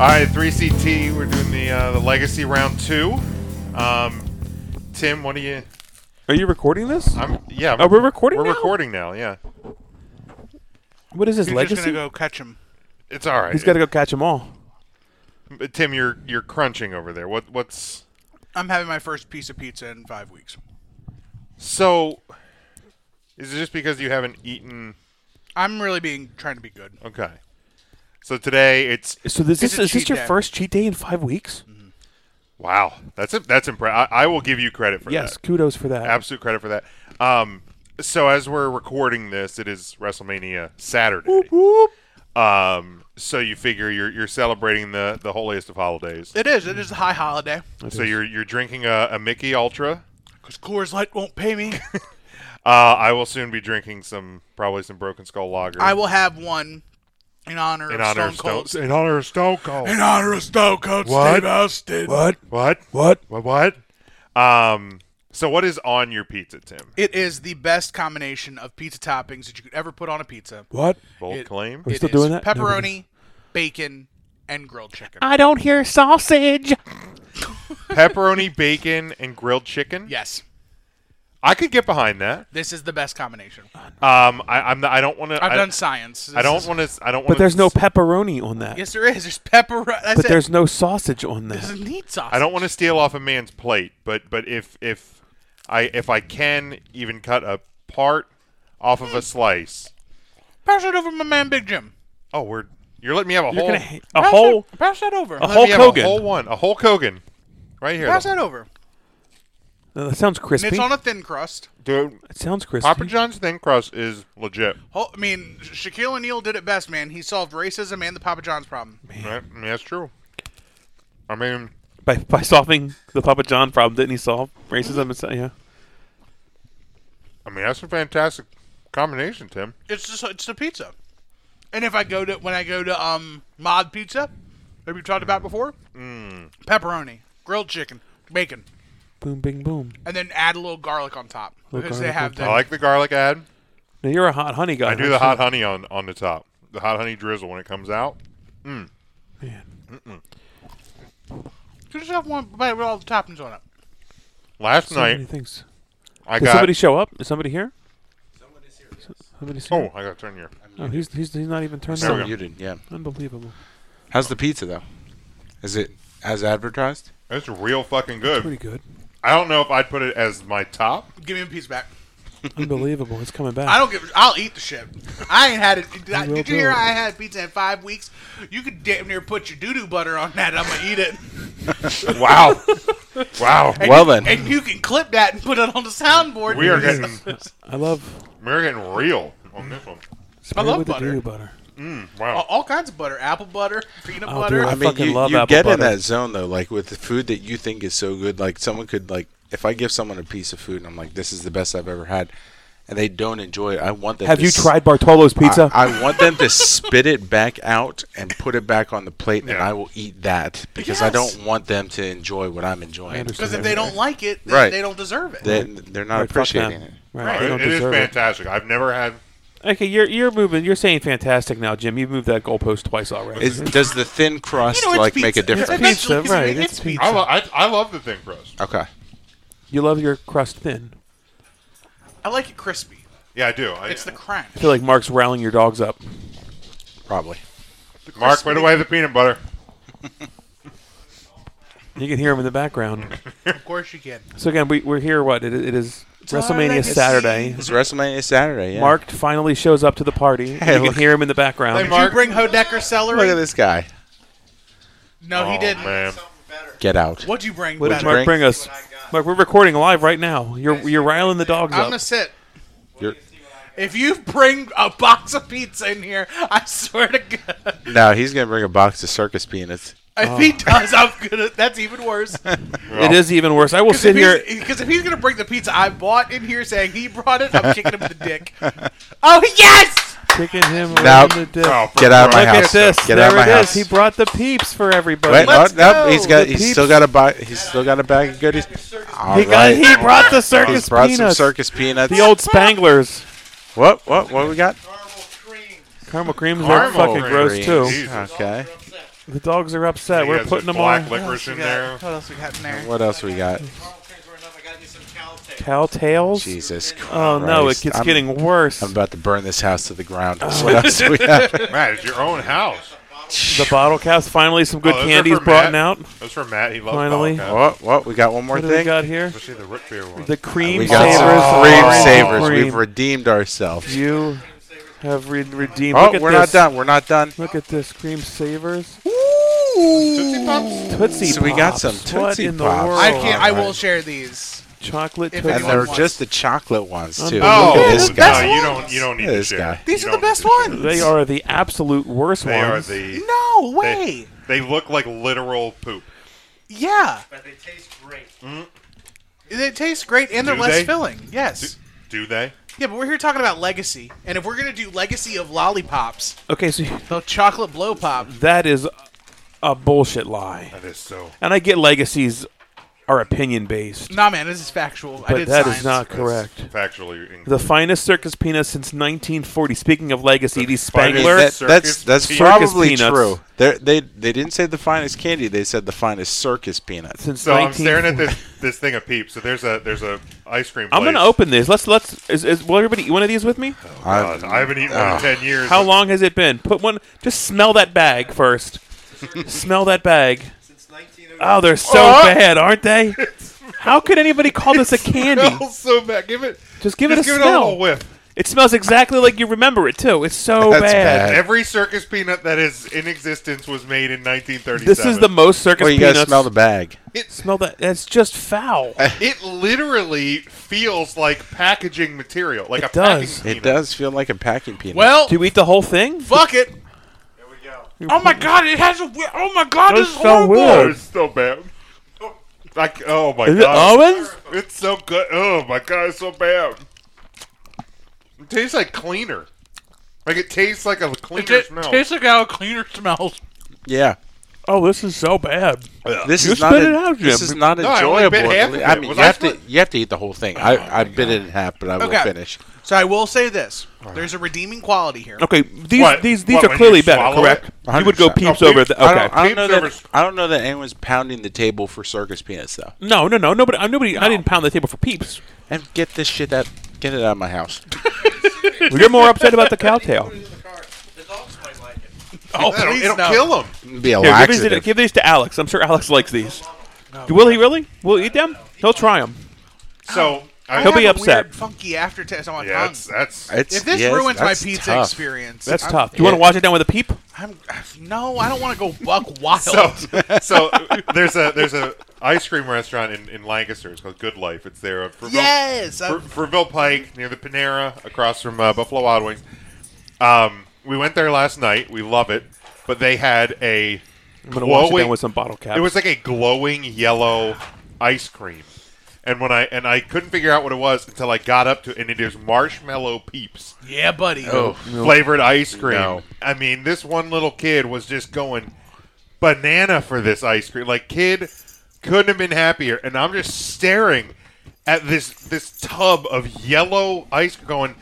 All right, 3CT, we're doing the uh, the legacy round two. Um, Tim, what are you? Are you recording this? I'm yeah. I'm- Oh, we're recording We're now? recording now. Yeah, what is his You're just legacy? gonna go catch him. it's all right. He's got to go catch them all. It- Tim, you're you're crunching over there. What what's I'm having my first piece of pizza in five weeks. so? Is it just because you haven't eaten? I'm really being trying to be good. Okay. So today it's So this It's is a is this cheat your day. first cheat day in five weeks? Mhm. wow. That's a, that's impressive. I, I will give you credit for Yes, that. kudos for that. Absolute credit for that. Um, so as we're recording this, it is WrestleMania Saturday. Whoop. Um, so you figure you're you're celebrating the the holiest of holidays. It is. It is a high holiday. So you're you're drinking a, a Mickey Ultra. Because Coors Light won't pay me. Uh, I will soon be drinking some probably some Broken Skull Lager. I will have one in honor in of honor of Stone Stone Cold. in honor of Stone Cold. In honor of Stone Cold What? Steve Austin. What? what? What? What? What? Um. So what is on your pizza, Tim? It is the best combination of pizza toppings that you could ever put on a pizza. What? Bold It- claim. We're It still is doing that? No, we're Pepperoni, bacon, and grilled chicken. I don't hear sausage. Pepperoni, bacon, and grilled chicken. yes. I could get behind that. This is the best combination. Um. I, I'm. Not, I don't want to. I've I, done science. I This don't is- want to. I don't. But there's no pepperoni on that. Yes, there is. There's pepperoni. That's but it. there's no sausage on This is that. neat sauce. I don't want to steal off a man's plate, but but if if I if I can even cut a part off of a slice. pass it over to my man Big Jim. Oh, we're you're letting me have a You're whole gonna ha- a Pass whole that, pass that over. a let Hulk me have a Hogan. whole one, a Hulk Hogan, right here. pass that over. No, that sounds And crispy. it's on a thin crust. Dude, it sounds crispy. Papa John's thin crust is legit. Ho- I mean, Shaquille O'Neal did it best, man. He solved racism and the Papa John's problem. Right? I mean, that's true. I mean, by, by solving the Papa John problem, didn't he solve racism? And so, yeah. I mean that's a fantastic combination, Tim. It's just it's the pizza. And if I go to when I go to um Mod Pizza, have you talked about before? Mm. Pepperoni, grilled chicken, bacon, Boom, bing, boom. and then add a little garlic on top Little because they garlic have on the I like the garlic ad. Now you're a hot honey guy. I do the hot honey on on the top. The hot honey drizzle when it comes out. you just have one bite with all the toppings on it. Last So many night things. I Did got somebody show up? Is somebody here? Somebody's here. Oh, I got to turn here. Oh, he's, he's, he's not even turned There we on. go. So muted, yeah. Unbelievable. How's the pizza though? Is it as advertised? It's real fucking good. Pretty good. I don't know if I'd put it as my top. Give me a piece back. Unbelievable. It's coming back. I don't give. I'll eat the shit. I ain't had it. I- will did you hear? do it. I had pizza in five weeks. You could damn near put your doo doo butter on that. I'm gonna eat it. Wow. wow. Well then, and you can clip that and put it on the soundboard. We are getting I love we're getting real on this one. spray love with the butter. doo butter. all, Wow. all kinds of butter: apple butter, peanut Oh, butter. dude, I I'm- mean, fucking you, love you apple get in butter. that zone though, like with the food that you think is so good. Like someone could like, if I give someone a piece of food and I'm like, this is the best I've ever had, and they don't enjoy it, I want them. Have to you s- tried Bartolo's I- pizza? I, want them to spit it back out and put it back on the plate, and Yeah. I will eat that because I Yes. don't want them to enjoy what I'm I enjoying. understand. Because if they don't like it, then Right. they don't deserve it. They, they're not Right, fuck appreciating them. it. Right, Right. They It- don't it is deserve it. fantastic. I've never had Okay, you're you're moving. You're saying fantastic now, Jim. You've moved that goalpost twice already. Is, does the thin crust You know, it's like make pizza. a difference? It's pizza, eventually- right, It's, it's pizza. I, lo- I, I love the thin crust. Okay. you love your crust thin. I like it crispy. Yeah, I do. I, It's the crunch. I feel like Mark's riling your dogs up. Probably. Mark, put away the peanut butter. You can hear him in the background. Of course you can. So again, we, we're here. What it, it is WrestleMania legacy. Saturday. It's WrestleMania Saturday. Yeah. Mark finally shows up to the party. Hey, you can look- hear him in the background. Did you bring Hodecker celery? look at this guy. No, he Oh, didn't. man. Get out. What'd you bring? what did Better. Mark drink? bring us? Mark, we're recording live right now. You're you're riling the dogs I'm up. gonna sit. You're- If you bring a box of pizza in here, I swear to God, no, he's gonna bring a box of circus peanuts. if he does, I'm gonna. That's even worse. It is even worse. I will Because sit if, here. he's- 'cause if he's gonna bring the pizza I bought in here, saying he brought it, I'm kicking him in the dick. Oh yes! Kicking him Nope. around the dick. Oh, for Get out of my Christ's Look at sake. house. this. Get there out of my it is. house. He brought the peeps for everybody. Wait, no, Let's no, go. he's got. The He's peeps. still got a box. He's still got a bag of goodies. All he, got, he right. brought the circus He's brought some peanuts. circus peanuts. The old Spanglers. what? What? What we got? Caramel creams are Caramel fucking gross creams. too. Jesus. Okay. The dogs are upset. He We're has putting the them black on licorice in What else we got? there. What else we got in there? What else we got? cow tails. Jesus Christ. Oh no, it gets I'm- getting Oh. worse. I'm about to burn this house to the ground. What else we have? Matt, it's your own house. the bottle cows. Finally, some good Oh, those are candies for brought Matt. out. That's for Matt. He loves Finally. Bottle Cap. What? What? We got one more What do we thing. got here? Especially the root beer one. The cream We savers. got some cream orange savers. cream. We've redeemed ourselves. You have re- redeemed. Oh, Look at we're this. not done. We're not done. Look at this cream savers. Tootsie Pops? Tootsie So we got Pops. some what Tootsie in the Pops. world? I can't. Oh, I will Alright. share these. Chocolate If Tootsie And they're Everyone just the chocolate ones too. Oh, Look at they're this the no, guy. you best don't. ones. You don't need Look at to this share. guy. These You are the don't need best to share. ones. They are the absolute worst They are ones. the. No way. They look like literal poop. Yeah, Mm. But they taste great. they taste great and they're Do less they? filling. Do, Yes. do they? yeah, but we're here talking about legacy, and if we're gonna do legacy of lollipops, okay, so the chocolate blow pop. that is a bullshit lie. That is so. And I get legacies are opinion based, Nah, man, this is factual. I but did that science. is not that's correct. Factually, inc- The finest circus peanuts since 1940. Speaking of legacy, these I mean, Where- Spangler. that- that's Circus that's peanuts. probably Circus peanuts. true. They're, they they didn't say the finest candy. They said the finest circus peanuts. Since so I'm staring 1940. at this this thing of peeps. So there's a there's a ice cream. I'm gonna place. open this. Let's let's. Is, is, will everybody eat one of these with me? God, I haven't eaten one Ah. in ten years. How long has it been? Put one. Just smell that bag first. smell that bag. Since 1909. Oh, they're so Oh. bad, aren't they? How could anybody call this a candy? smells so bad. Give it. Just give it just a give it a smell. little whiff. It smells exactly like you remember it too. It's so That's bad. bad. Every circus peanut that is in existence was made in 1937. This is the most circus Well, you peanuts. guys smell the bag. Smell that. That's just foul. It literally feels like packaging material, like a does. packing It peanut. does feel like a packing peanut. Well, Do you eat the whole thing? fuck it. There we go. Oh my god, it has a. wi- Oh my god, That's this is so horrible. weird. Oh, it's so bad. Like, oh my Is it god, almonds? it's so good. Oh my god, it's so bad. It tastes like cleaner. Like it tastes like a It cleaner ta- smell. tastes like how a cleaner smells. Yeah. Oh, this is so bad. This You is not spit a- it out, This Jim. is not I enjoyable. only bit half of I it. mean, Was you I Oh, have to supposed- you have to eat the whole thing. I I bit it in half, but I will Okay. finish. So I will say this: there's a redeeming quality here. Okay, these What? these these What, are when clearly you better, swallow correct? it? You would go 100%. peeps No, over peeps- the I okay. don't, I don't know Peeps that overs- I don't know that anyone's pounding the table for circus peanuts though. No, no, no, nobody. I nobody. I didn't pound the table for peeps. And get this shit out get it out of my house. You're more upset about the cow tail. Put it in the car. The dogs might like it. Oh, It'll, please it'll no. kill him. It'd be a Here, give, these to, laxative. give these to Alex. I'm sure Alex likes these. Will he really? Will he eat them? He'll try them. So I, He'll I be have a upset. weird funky aftertaste on my Yeah, tongue. that's that's. It's- If this yes, ruins my that's pizza tough. experience, That's I'm, tough. Do you want to yeah. watch it down with a peep? I'm, no, I don't want to go buck wild. so so there's a there's a ice cream restaurant in, in Lancaster. It's called Good Life. It's there. uh, Fruitvale- yes, Fr- I'm, Fruitvale Pike near the Panera, across from uh, Buffalo Wild Wings. Um, we went there last night. We love it, but they had a I'm gonna wash it glowing- down with some bottle cap. It was like a glowing yellow ice cream, and when I and I couldn't figure out what it was until I got up to it, and it is marshmallow peeps yeah, buddy. Oh, flavored ice cream. No. I mean, this one little kid was just going banana for this ice cream. Like kid couldn't have been happier. And I'm just staring at this this tub of yellow ice cream going,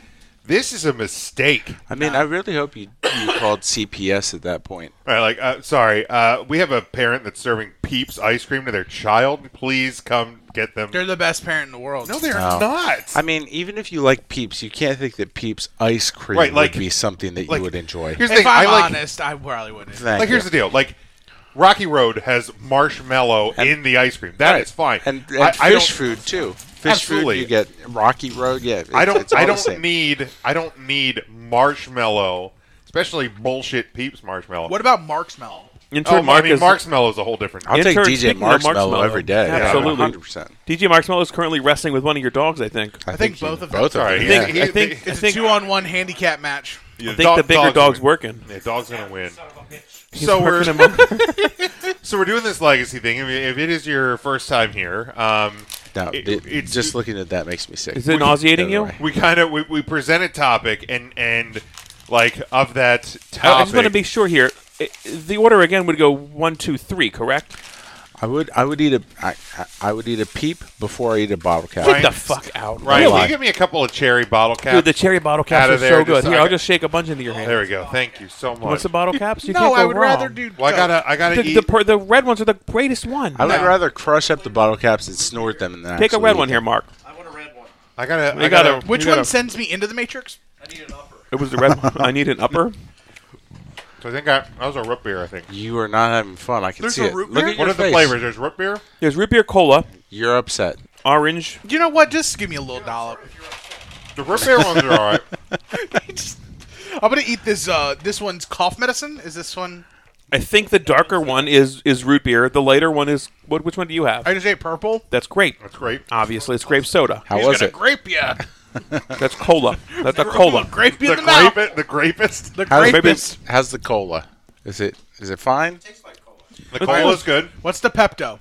this is a mistake. I mean, I really hope you, you called CPS at that point. All right, like uh, sorry, uh, we have a parent that's serving Peeps ice cream to their child. Please come get them. They're the best parent in the world. no, they're No. not. I mean, even if you like Peeps, you can't think that Peeps ice cream Right, like- would be something that like- you would enjoy. here's the If thing, I'm I like- honest, I probably wouldn't. Thank like here's you. the deal, like. Rocky Road has marshmallow in the ice cream. That is fine. and, and I- fish I don't- food too. Fish Absolutely. food you get Rocky Road. Yeah, it's- I don't. it's all I the don't same. need. I don't need marshmallow, especially bullshit peeps marshmallow. What about marshmallow? Intern Oh, Mark I mean, is- marshmallow is a whole different. I'll take Intern DJ speaking of Marshmallow, Marshmallow. every day. Absolutely. hundred percent. DJ Marshmallow is currently wrestling with one of your dogs. I think. I think you- both of them. both Sorry, of he- them. Yeah. he- I think. they- I It's a think. I two-on-one handicap match. think the bigger dog's working. Yeah, dog's gonna win. Son of a bitch. So we're Working him up. so we're doing this legacy thing. I mean, if it is your first time here, um, No, it- it- it's- just looking at that makes me sick. Is it nauseating Either you? way. we kind of we, we present a topic and and like of that topic. I I just want to be sure here. I the order again would go one, two, three, correct? I would I would eat a I, I- I would eat a peep before I eat a bottle cap. Get the Right. fuck out. Ryan, Really? can you give me a couple of cherry bottle caps? Dude, the cherry bottle caps Outta are there, so good. just- Here, I I'll got- just shake a bunch into your hand. There we go. Thank you so much. What's the bottle caps? You no, can't go I would wrong. rather do. well, I gotta, I gotta The, eat. the, per- the red ones are the greatest one. I would No. rather crush up the bottle caps and snort them and then Take a actually red eat one here, them. Mark. I want a red one. I gotta, We I gotta. gotta- Which You one gotta- sends me into the Matrix? I need an upper. It was the red one. I need an upper. So I think I, that was a root beer. I think. You are not having fun. I can There's see a it. root Look beer? at What your are the face. flavors? There's root beer. There's root beer cola, You're upset. orange. You know what? Just give me a little dollop. The root beer ones are all right. Just- I'm gonna eat this. Uh, this one's cough medicine. Is this one? I think the darker one is is root beer. The lighter one is what? Which one do you have? I just say purple. That's great. That's great. Uh, Obviously, it's grape soda. How He's was gonna it? grape ya. That's cola. That's a Gonna cola. grape you The in the mouth. grape, the grapest. The How's, grape maybe- is. how's the cola? Is it is it fine? Tastes like cola. The cola's good. What's the Pepto?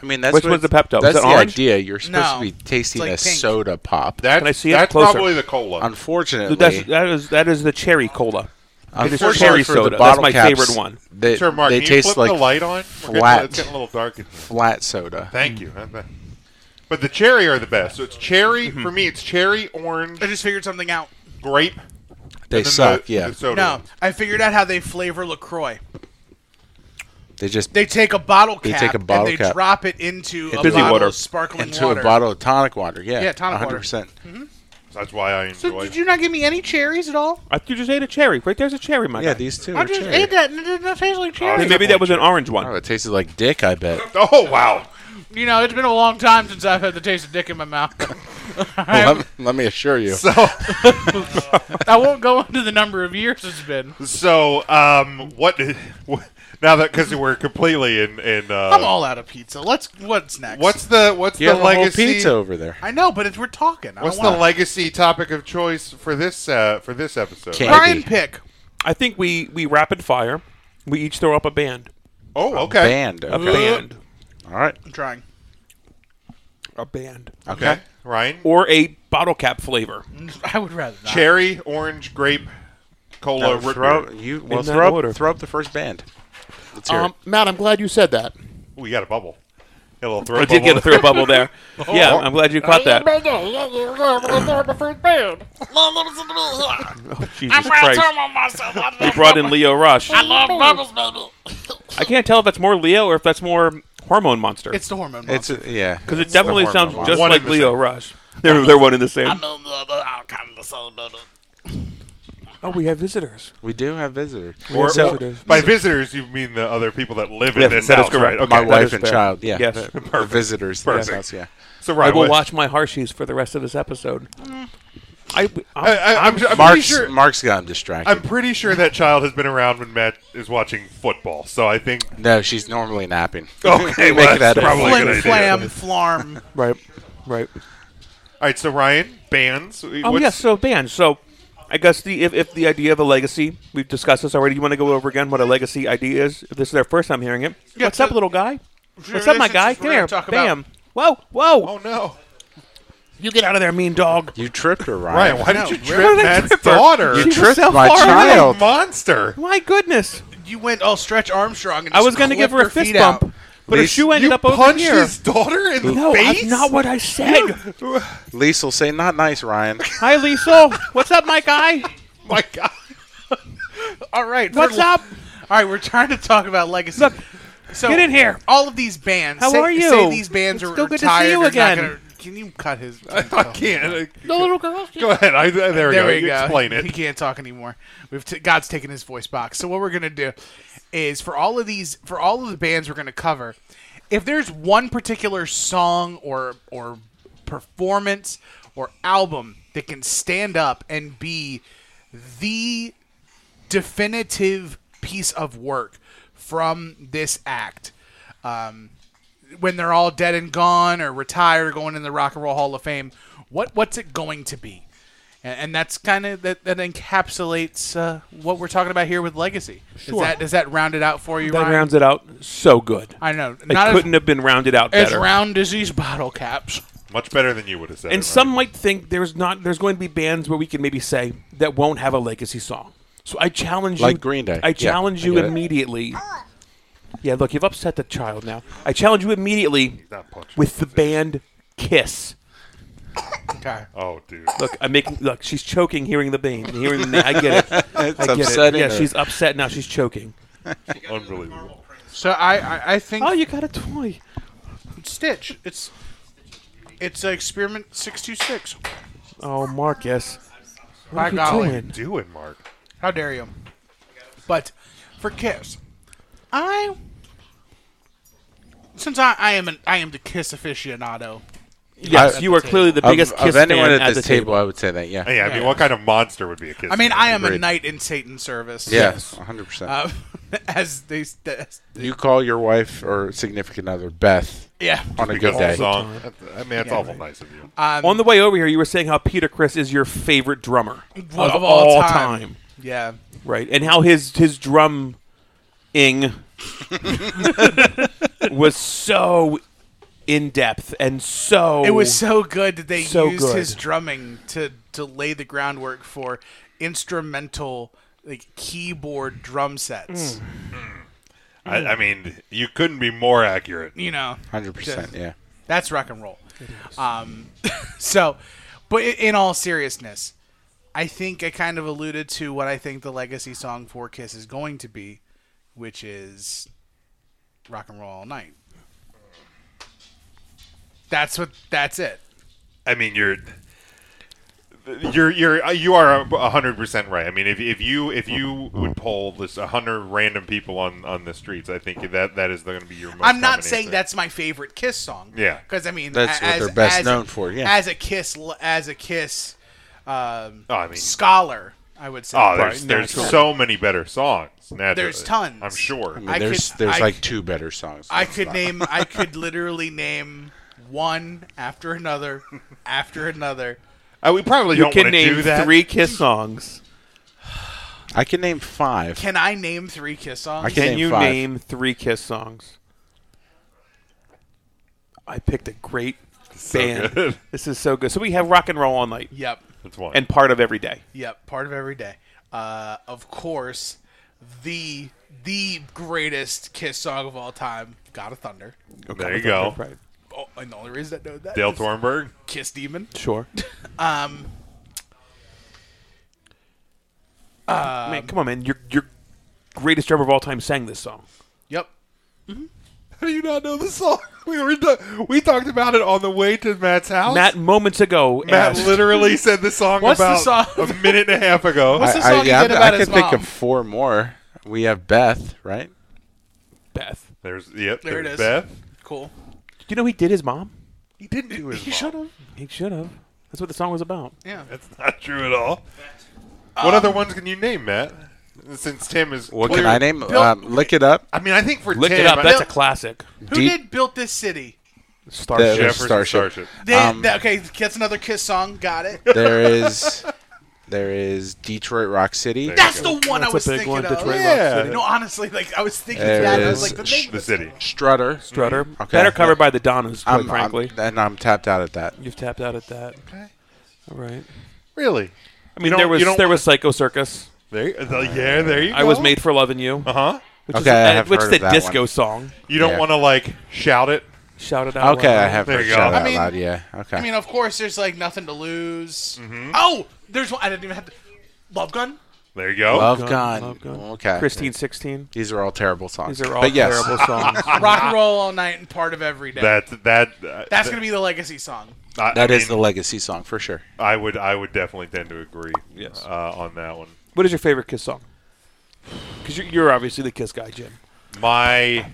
I mean, that's Which what- one's the Pepto? Is That's that the orange? idea. You're supposed No. to be tasting It's like a pink. soda pop. That, Can I see it that's closer? probably the cola. Unfortunately, That's, that is that is the cherry cola. It is unfortunately cherry for the soda. That's bottle my caps, favorite one. They, sure, Mark. they can you taste flip like the light on? We're flat. Getting, it's getting a little dark. in here. flat soda. Thank you. But the cherry are the best. So it's cherry Mm-hmm. for me. It's cherry, orange, I just figured something out. grape. They and then suck. the- yeah, the soda No, ones. I figured out how they flavor Lacroix. they just They take a bottle cap They take a bottle and they cap. drop it into a Busy bottle water. of sparkling into water. a bottle of tonic water. Yeah, Yeah, tonic water. 100%. Mm-hmm. That's why I enjoy. So it. did you not give me any cherries at all? I, you just ate a cherry. Right there's a cherry, my Yeah, guy. these two. I Are just cherry. ate that and it didn't taste like cherry. Hey, maybe that was an orange one. Oh, it tasted like dick. I bet. Oh wow! You know, it's been a long time since I've had the taste of dick in my mouth. let, me, let me assure you. So I won't go into the number of years it's been. so um what? what now that because we're completely in in uh, I'm all out of pizza. Let's. What's next? what's the what's You the have a whole legacy pizza over there. I know, but it's, we're talking. I what's don't the wanna, legacy topic of choice for this uh, for this episode? Can't- Brian Eddie? pick? I think we we rapid fire. We each throw up a band. Oh okay. Band. A Okay. band. All right. I'm trying. A band. okay Ryan Or a bottle cap flavor. I would rather not. cherry orange grape cola Now root throw, beer. you, well, In that throw, order. up, throw up the first band. Let's hear it. Um, Matt, I'm glad you said that. Ooh, you got a bubble. Got a little throat I did get bubble. a throw bubble there. Yeah, I'm glad you caught that. Oh, Jesus Christ. We brought in Leo Rush. I love bubbles, baby. I can't tell if that's more Leo or if that's more Hormone Monster. It's the hormone. It's a, yeah. Because it definitely hormone sounds monster. just One like in the Leo same. Rush. They're, they're one in the same. Hello, Oh, we have visitors. We do have visitors. Or- So- or- by visitors, you mean the other people that live in Yes, this that is house, correct. right? Okay. my that is wife and fair. child. Yeah. Yes. the- the visitors. to this house, yeah. So I Ryan, will what- watch my Harshies for the rest of this episode. I, am I, I, I'm, I'm pretty Mark's, sure. Mark's got him distracted. I'm pretty sure that child has been around when Matt is watching football. So I think no, she's normally napping. Okay, well, Make that's that up. probably a good Flim idea. flam flarm. right, right. All right, so Ryan, bands. Oh what's- yeah, so bands. So I guess the if, if the idea of a legacy, we've discussed this already. You want to go over again what a legacy idea is? If this is their first time hearing it. Yeah, What's so- up, little guy? Sure, What's up, this my is guy? what Come we're gonna here, talk about. bam. Whoa, whoa! Oh no, You get out of there, mean dog. You tripped her, Ryan, Ryan. why did you Why trip did I Matt's trip her? daughter? You She was tripped so my far away. a child. monster. My goodness! You went all stretch Armstrong. And I just was going to give her clipped a fist feet out. bump, but her Lisa, shoe ended You up over punched here. his daughter in the no, face. that's not what I said. Lisa will say, not nice, Ryan. Hi, Liesel. What's up, my guy? My God. All right. we're What's li- up? All right, we're trying to talk about legacy. Look, so get in here. All of these bands. How say, are you? Say these bands It's are so good to see retired you or not again. gonna- can you cut his? Oh. I can't. little girl. Go ahead. I, there we there go. we you go. explain He it. can't talk anymore. We've t- God's taken his voice box. So what we're gonna do is for all of these, for all of the bands we're gonna cover, if there's one particular song or or performance or album that can stand up and be the definitive piece of work from this act. Um, when they're all dead and gone or retired, going in the Rock and Roll Hall of Fame, what what's it going to be? And, and that's kind of that, that encapsulates uh, what we're talking about here with legacy. Does Sure. that does that round it out for you? That Ryan? rounds it out so good. I know. It Not couldn't as, have been rounded out as better. round disease bottle caps. Much better than you would have said. and it, some Ryan. might think there's not there's going to be bands where we can maybe say that won't have a legacy song. So I challenge you, Like Green Day. I Yeah, challenge I you get it. immediately Yeah, look, you've upset the child now. I challenge you immediately Not punch. with the band Kiss. Okay. Oh, dude. Look, I'm making. Look, she's choking hearing the band. Hearing the, I get it. It's I get upsetting. it. Yeah, her. she's upset now. She's choking. Unbelievable. So I I, I think Oh, you got a toy. Stitch. It's it's uh, experiment six two six. Oh, Marcus. By What are golly. you doing? Doing, Mark. How dare you? But for Kiss, I since I, I am an I am the Kiss aficionado. Yes, I- you are clearly the Of- biggest of, Kiss anyone fan at, at this the table, I would say that. Yeah. Yeah, I mean, what kind of monster would be a kiss? I mean, I am a Agreed. knight in Satan's service. Yes, 100%. Uh, as they, as- you call your wife or significant other Beth yeah. on a because of good the day. song. I mean, that's Yeah, awful right. nice of you. Um, On the way over here, you were saying how Peter Chris is your favorite drummer of, Well, all, time. Yeah. right? And how his his drum ing was so in depth and so It was so good that they Oh. So used good. his drumming to to lay the groundwork for instrumental like keyboard drum sets. Mm. I, I mean, you couldn't be more accurate. You know, 100%. Yeah. That's rock and roll. Um, so, but i- in all seriousness, I think I kind of alluded to what I think the legacy song for Kiss is going to be, which is rock and roll all night. That's what. That's it. I mean, you're you're you're uh, you are a hundred percent right. I mean, if if you if you would poll this a hundred random people on on the streets, I think that that is going to be your. Most I'm not dominant saying thing. that's my favorite Kiss song. Yeah. because I mean That's a- what as- they're best as a- known for, yeah. as a Kiss, l- as a Kiss um, Oh, I mean, scholar, I would say. oh, there's Right, there's naturally. so many better songs. Naturally. There's tons. I'm sure. I mean, I there's could- there's I like could- two better songs. I than could that. name. I could literally name one after another, after another. Uh, we probably You don't can want to name do that. three Kiss songs. I can name five. Can I name three Kiss songs? I can- Can name you five. name three Kiss songs? I picked a great band. good. This is so good. So we have rock and roll all night Yep, That's one. and part of every day. yep. Part of every day. Uh, of course, the the greatest Kiss song of all time, "God of Thunder." there you go. Right. Oh, and the only reason I know that Dale is Tornberg. Kiss Demon. Sure. Um, man, come on, man. Your your greatest drummer of all time sang this song. yep. How do you not know the song? We were we talked about it on the way to Matt's house. Matt moments ago. Matt asked- literally said the song What's the about song? a minute and a half ago. What's the song he yeah, did I- about I his can think mom? of four more. We have Beth, right? Beth. There's yep. There it there's is. Beth. Cool. Do you know he did his mom? He didn't do his. He mom. should have. He should have. That's what the song was about. Yeah. Uh, That's not true at all. Um, What other ones can you name, Matt? Since Tim is What clear- can I name? Bill- um, Lick it up. I mean, I think for Look Tim, it up. I- That's a Bill- classic. Who Deep- did "Built This City"? Starship. There- Jefferson Starship. Starship. They, Um, that- okay, that's another Kiss song. Got it. There is there is Detroit Rock City. There That's you the go. one I That's was a big thinking one. of. Detroit Yeah. Rock City. No, honestly, like I was thinking There that. I was is like, the sh- name. The city. Strutter. Strutter. Okay. Better covered by the Donnas, quite I'm, frankly. I'm, and I'm tapped out at that. You've tapped out at that. Okay. All right. Really? I mean, don't- there was you don't there was Psycho Circus. There, you- the- yeah, there you go. I was made for loving you. Uh huh. Which Okay, is, I have which heard is of the that disco one. song. You don't Yeah. want to like shout it. Shout it out. Okay, loud. I have There heard you go. shout I out mean- loud. Yeah. Okay. I mean, of course, there's like nothing to lose. Mm-hmm. Oh, there's one. I didn't even have to. Love Gun. There you go. Love Gun, Gun. Love Gun. Okay. Christine sixteen. These are all terrible songs. These are all but yes, terrible songs. Rock and roll all night and part of every day. That that uh, That's gonna be the legacy song. I, that I is the mean, legacy song for sure. I would I would definitely tend to agree. Yes. Uh, on that one, what is your favorite Kiss song? Because you're, you're obviously the Kiss guy, Jim. my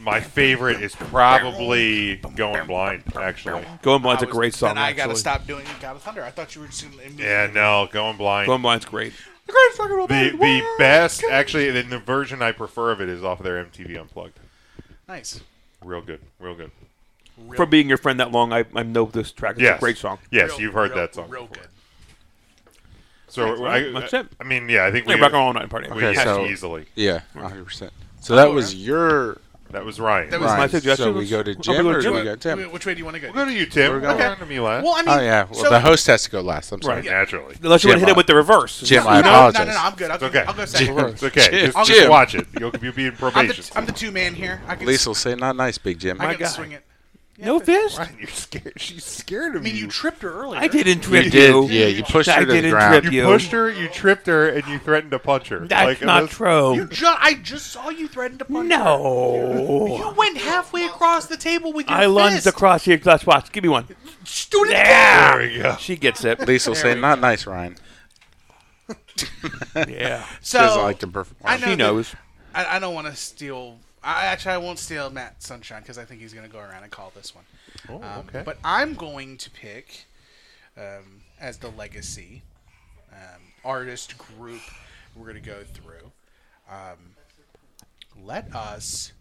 my favorite is probably Going Blind. Actually. Going Blind's I a was- great song. Then I gotta actually. stop doing "God of Thunder." I thought you were just gonna. Yeah. No, Going Blind. Going Blind's great. The greatest rock and roll the band. in the world. best actually in the version I prefer of it is off their MTV Unplugged. Nice. Real good, real good. From being your friend that long, I, I know this track. It's Yes, a great song. Yes, Real- you've heard real- that song. Real before. good. So I, That's I, it. I mean, yeah, I think Hey, we rock and roll night party. we Okay, catch so- easily. Yeah, 100. percent So that was your That was Ryan. That was- We'll Ryan. suggestion So we was- go to I'll Jim go to or do Jim. we go to Tim? Wh- Which way do you want to go? go to you, Tim. We're going- We're going to me last. Well, I mean, Oh yeah. Well, so- the host has to go last. I'm sorry. right, naturally. Unless you want to Jim, hit I- it with the reverse. Jim, no, I no, apologize. no, no, I'm good. I'll, It's okay. I'll go Jim. second. I'm, It's okay. Jim. Just, just Jim. watch it. You'll, you'll be in probation. the, I'm the two man here. I can, Lisa will say, "Not nice, Big Jim." I My can God. swing it. No fist. Ryan, you're scared. She's scared of I mean, you tripped her earlier. I didn't You trip you. did. Yeah, you pushed I her to the didn't ground. trip You you. pushed her, you tripped her, and you threatened to punch her. That's Like, not unless- true. You ju- I just saw you threaten to punch her. You No. went halfway across the table with your I lunged fist. across here. Let's watch. Give me one. Dude, it- Yeah. There we go. She gets it. Lisa will say, "Not nice, Ryan." Yeah. So Doesn't like to perform. I know She that- knows. I, I don't want to steal. I actually I won't steal Matt Sunshine because I think he's going to go around and call this one. Um, okay. But I'm going to pick um, as the legacy um, artist group we're going to go through. Um, let us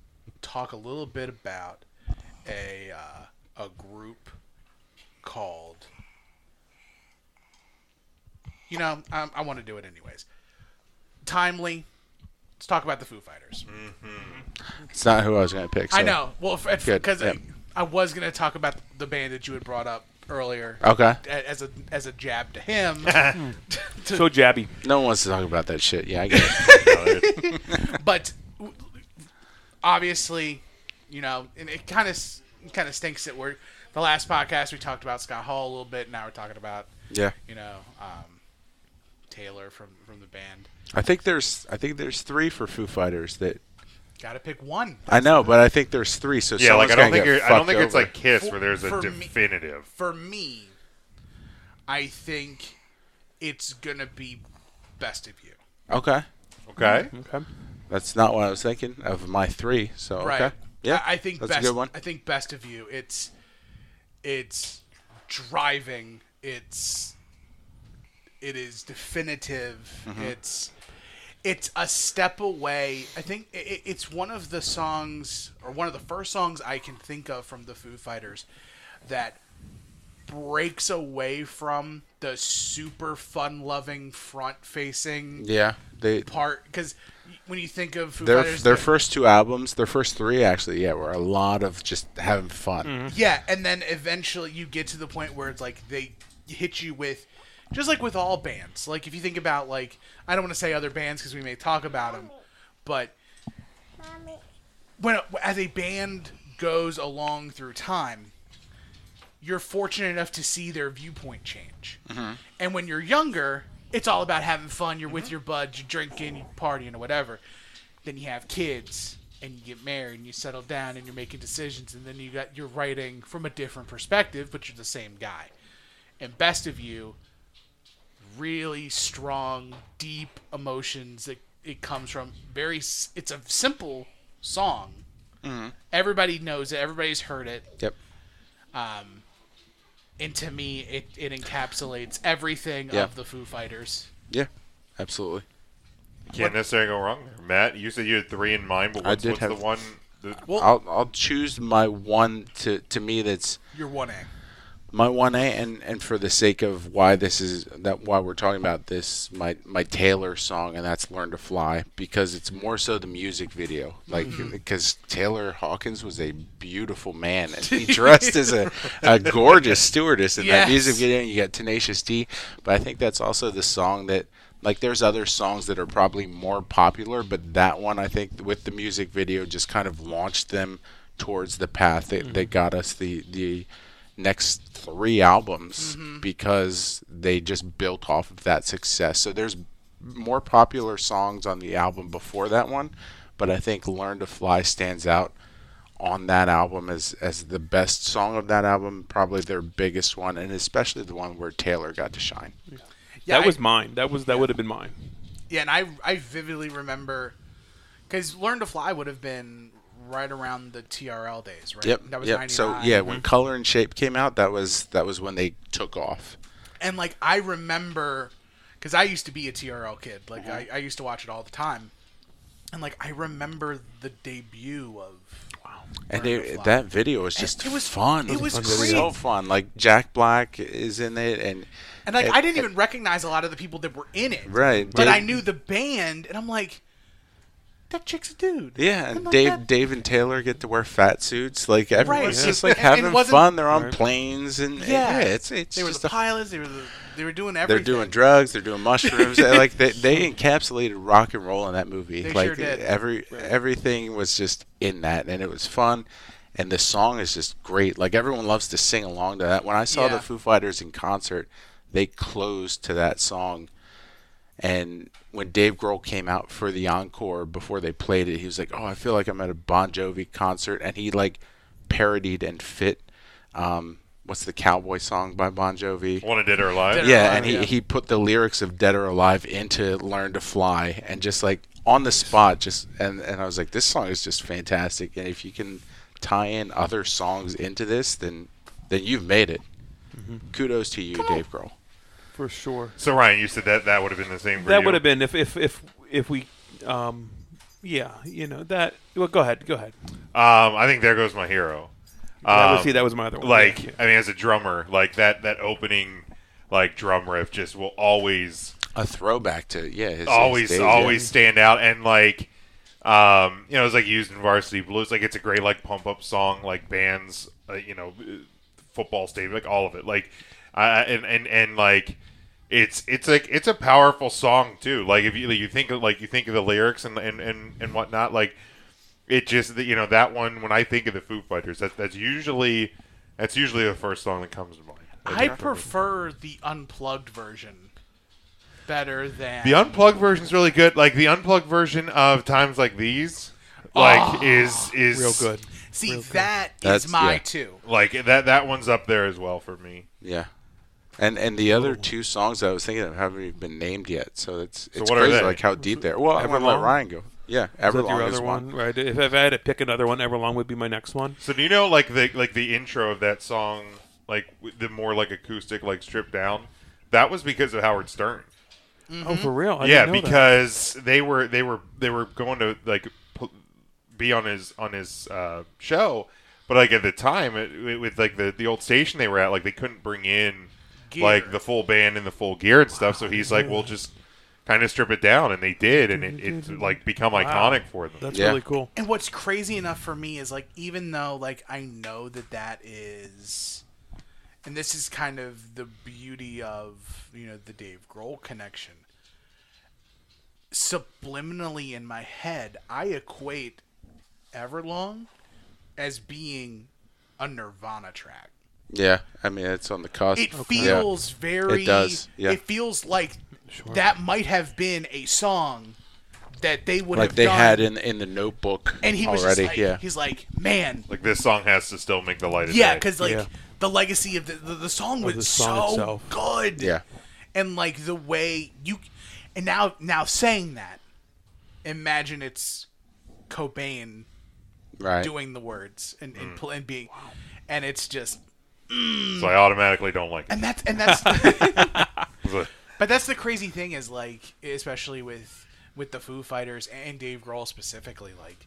talk a little bit about a uh, a group called. You know, um, I want to do it anyways. Timely. Let's talk about the Foo Fighters. Mm-hmm. It's not who I was going to pick. So. I know. Well, Good, because yep. I, I was going to talk about the band that you had brought up earlier. Okay. a- As a as a jab to him, To- So jabby. No one wants to talk about that shit. Yeah, I get it. but w- obviously, you know, and it kind of kind of stinks that we're the last podcast we talked about Scott Hall a little bit. Now we're talking about yeah. you know um, Taylor from from the band. I think there's I think there's three for Foo Fighters that Got to pick one. I know, but I think there's three. So Yeah, like I someone's don't gonna think get you're, I don't fucked think it's over. like Kiss For- where there's a for me- definitive. for me, I think it's gonna be best of you. okay. Okay, Okay. That's not what I was thinking of my three. So Right. okay. Yeah, I, I think that's best, a good one. I think best of you. It's it's driving. It's it is definitive. Mm-hmm. It's it's a step away. I think i- i it's one of the songs or one of the first songs I can think of from the Foo Fighters that breaks away from the super fun loving front facing Yeah, they part because when you think of Foo their Fighters their the- first two albums, their first three actually, yeah, were a lot of just having fun. Mm-hmm. Yeah, and then eventually you get to the point where it's like they hit you with, just like with all bands. Like if you think about like I don't want to say other bands because we may talk about them, but when as a band goes along through time, you're fortunate enough to see their viewpoint change. And when you're younger, it's all about having fun. You're with your buds, you're drinking, you're partying, or whatever. Then you have kids, and you get married, and you settle down, and you're making decisions. And then you got you're writing from a different perspective, but you're the same guy. And best of you, really strong, deep emotions that it comes from. Very, s- it's a simple song. Mm-hmm. Everybody knows it. Everybody's heard it Yep. and to me it, it encapsulates everything Yeah. of the foo fighters Yeah. Absolutely. can't necessarily go wrong there. Matt, you said you had three in mind, but I what's, did what's have- the one? The, I'll I'll choose my one to to me that's you're one a my one A and and for the sake of why this is that why we're talking about this my my Taylor song and that's Learn to Fly because it's more so the music video like because Taylor Hawkins was a beautiful man and he dressed as a, a gorgeous stewardess in that music Yes. video and you got Tenacious D but I think that's also the song that like there's other songs that are probably more popular but that one I think with the music video just kind of launched them towards the path that, that got us the the next three albums because they just built off of that success. So there's more popular songs on the album before that one, but I think Learn to Fly stands out on that album as as the best song of that album, probably their biggest one and especially the one where Taylor got to shine. yeah that was I, mine. That was that would have been mine. yeah and i i vividly remember because learn to fly would have been right around the trl days right Yep. that was Mm-hmm. 99. yep. So yeah, when Color and Shape came out, that was that was when they took off. and like i remember because i used to be a trl kid like I, I used to watch it all the time and like i remember the debut of wow And they, that video was just it was- fun. it was so great. fun. Like Jack Black is in it, and And like It- I didn't even recognize a lot of the people that were in it. Right, But right. I knew the band and I'm like that chick's a dude. Yeah, and like Dave, that. Dave and Taylor get to wear fat suits. Like everyone's Right. just Yeah. like And- and it having wasn't- fun. They're on Right. planes and Yeah. yeah, it's it's They were just the a pilots. They were the, they were doing They're everything. doing drugs. They're doing mushrooms. They're like they, they encapsulated rock and roll in that movie. They like sure did. every everything was just in that, and it was fun. And the song is just great. Like everyone loves to sing along to that. When I saw Yeah. the Foo Fighters in concert, they closed to that song. And when Dave Grohl came out for the encore before they played it, he was like, "Oh, I feel like I'm at a Bon Jovi concert," and he like parodied and fit. Um, what's the cowboy song by Bon Jovi? Wanted Dead or Alive. Dead or yeah, Alive, and he, yeah. he put the lyrics of Dead or Alive into Learn to Fly and just like on the spot just and, and I was like, This song is just fantastic and if you can tie in other songs into this then then you've made it. Kudos to you, Dave Grohl. for sure. So Ryan, you said that that would have been the same for That you. would have been if if if if we, um, yeah, you know that. Well, go ahead, go ahead. Um, I think there goes my hero. that Um, was, see, that was my other one. like Yeah, yeah. I mean, as a drummer, like that that opening like drum riff just will always A throwback to yeah, his always his days, yeah. always stand out and like um you know it's like used in varsity blues like it's a great like pump up song like bands uh, you know uh, football stadium like all of it like uh, and and and like it's it's like it's a powerful song too like if you like, you think of like you think of the lyrics and and and, and whatnot like it just you know that one when I think of the Foo Fighters that that's usually that's usually the first song that comes to mind. I prefer the unplugged version better than The unplugged version is really good. Like the unplugged version of times like these, like is is Ah, real good. See, that is That's- my yeah. two. Like that that one's up there as well for me. Yeah. And and the other two songs I was thinking of haven't even been named yet, so it's it's what are crazy they? like how deep they are. Well, I'm gonna let Everlong? Ryan go. Yeah, Is that Everlong your is other one. one, right? If, if I had to pick another one, Everlong would be my next one. So do you know like the like the intro of that song, like w- the more like acoustic, like stripped down, that was because of Howard Stern. Mm-hmm. Oh, for real? I yeah, didn't know that. because they were they were they were going to like pu- be on his on his uh, show, but like at the time it, it- with like the the old station they were at, like they couldn't bring in Gear. like the full band and the full gear and stuff. So he's like, we'll just kind of strip it down, and they did, and it, it's like become iconic for them. that's Yeah. really cool. And what's crazy enough for me is like, even though like I know that that is, and this is kind of the beauty of you know the Dave Grohl connection. Subliminally in my head, I equate Everlong as being a Nirvana track. Yeah, I mean it's on the cost. It Yeah. feels very. It does, yeah. It feels like that might have been a song that they would like have they done. had in in the Notebook and he was already. just like, yeah, he's like, man, Like this song has to still make the light of yeah, day. because like Yeah. the legacy of the the, the song was the song so itself. good, Yeah. and like the way you, and now now saying that, imagine it's Cobain right. doing the words and Mm. and, pl- and being, and it's just so I automatically don't like and that's and that's. it. But that's the crazy thing is like, especially with with the Foo Fighters and Dave Grohl specifically, like,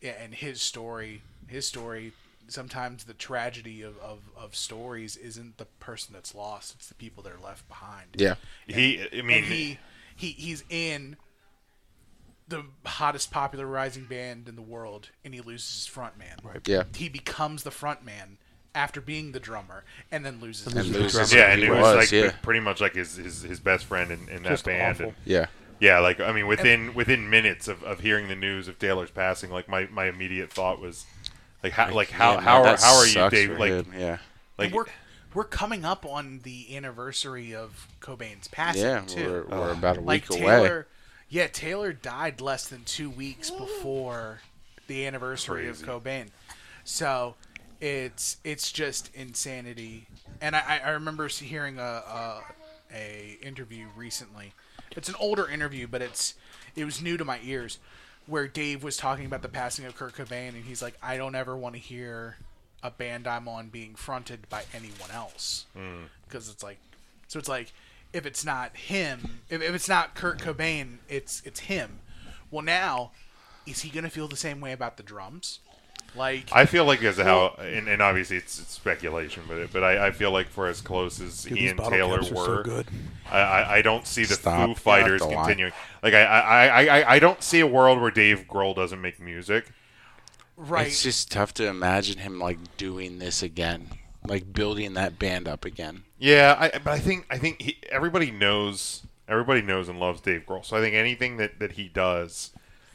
yeah, and his story, his story. Sometimes the tragedy of, of, of stories isn't the person that's lost; it's the people that are left behind. yeah, He, I mean, and he he he's in the hottest popular rising band in the world, and he loses his front man. Right. yeah, He becomes the front man after being the drummer, and then loses. and his loses. yeah, and who it was, like yeah, pretty much like his, his, his best friend in, in that Just band. awful. and- yeah, Yeah, like I mean, within within minutes of, of hearing the news of Taylor's passing, like my, my immediate thought was, like how like how Yeah, how, man, are, that how are you, sucks Dave? for Like him, yeah, like we're we're coming up on the anniversary of Cobain's passing yeah, too. we're, we're about a like week away. Taylor, yeah, Taylor died less than two weeks before the anniversary Crazy. of Cobain, so it's it's just insanity. And I, I- I remember s- hearing a, a a interview recently. It's an older interview, but it's it was new to my ears, where Dave was talking about the passing of Kurt Cobain, and he's like, I don't ever want to hear a band I'm on being fronted by anyone else because it's like so it's like if it's not him if, if it's not kurt cobain it's it's him well now is he gonna feel the same way about the drums Like I feel like as how, and, and obviously it's, it's speculation, but it, but I, I feel like for as close as he these and bottle Taylor caps are so were, good. I, I, I don't see the Stop. Foo You're Fighters not the line. continuing. Like I, I, I, I, I don't see a world where Dave Grohl doesn't make music. right. It's just tough to imagine him like doing this again, like building that band up again. Yeah, I, but I think I think he, everybody knows everybody knows and loves Dave Grohl. So I think anything that, that he does,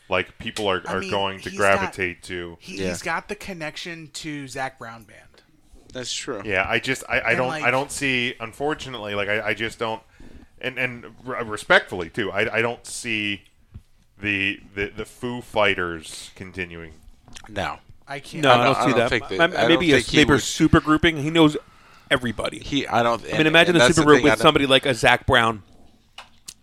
like people are, I are mean, going to he's gravitate to. he, Yeah. He's got the connection to Zach Brown band. That's true. Yeah, I just I, I And, don't I like- don't see unfortunately like I, I just don't and and r- respectfully too I, I don't see the the the Foo Fighters continuing. No. I can't. No, I don't, I see don't that. think that- Ma- I don't maybe think a he maybe would- super grouping. He knows everybody. He I don't and, I mean, imagine and a that's super the group thing, I with don't- somebody like a Zach Brown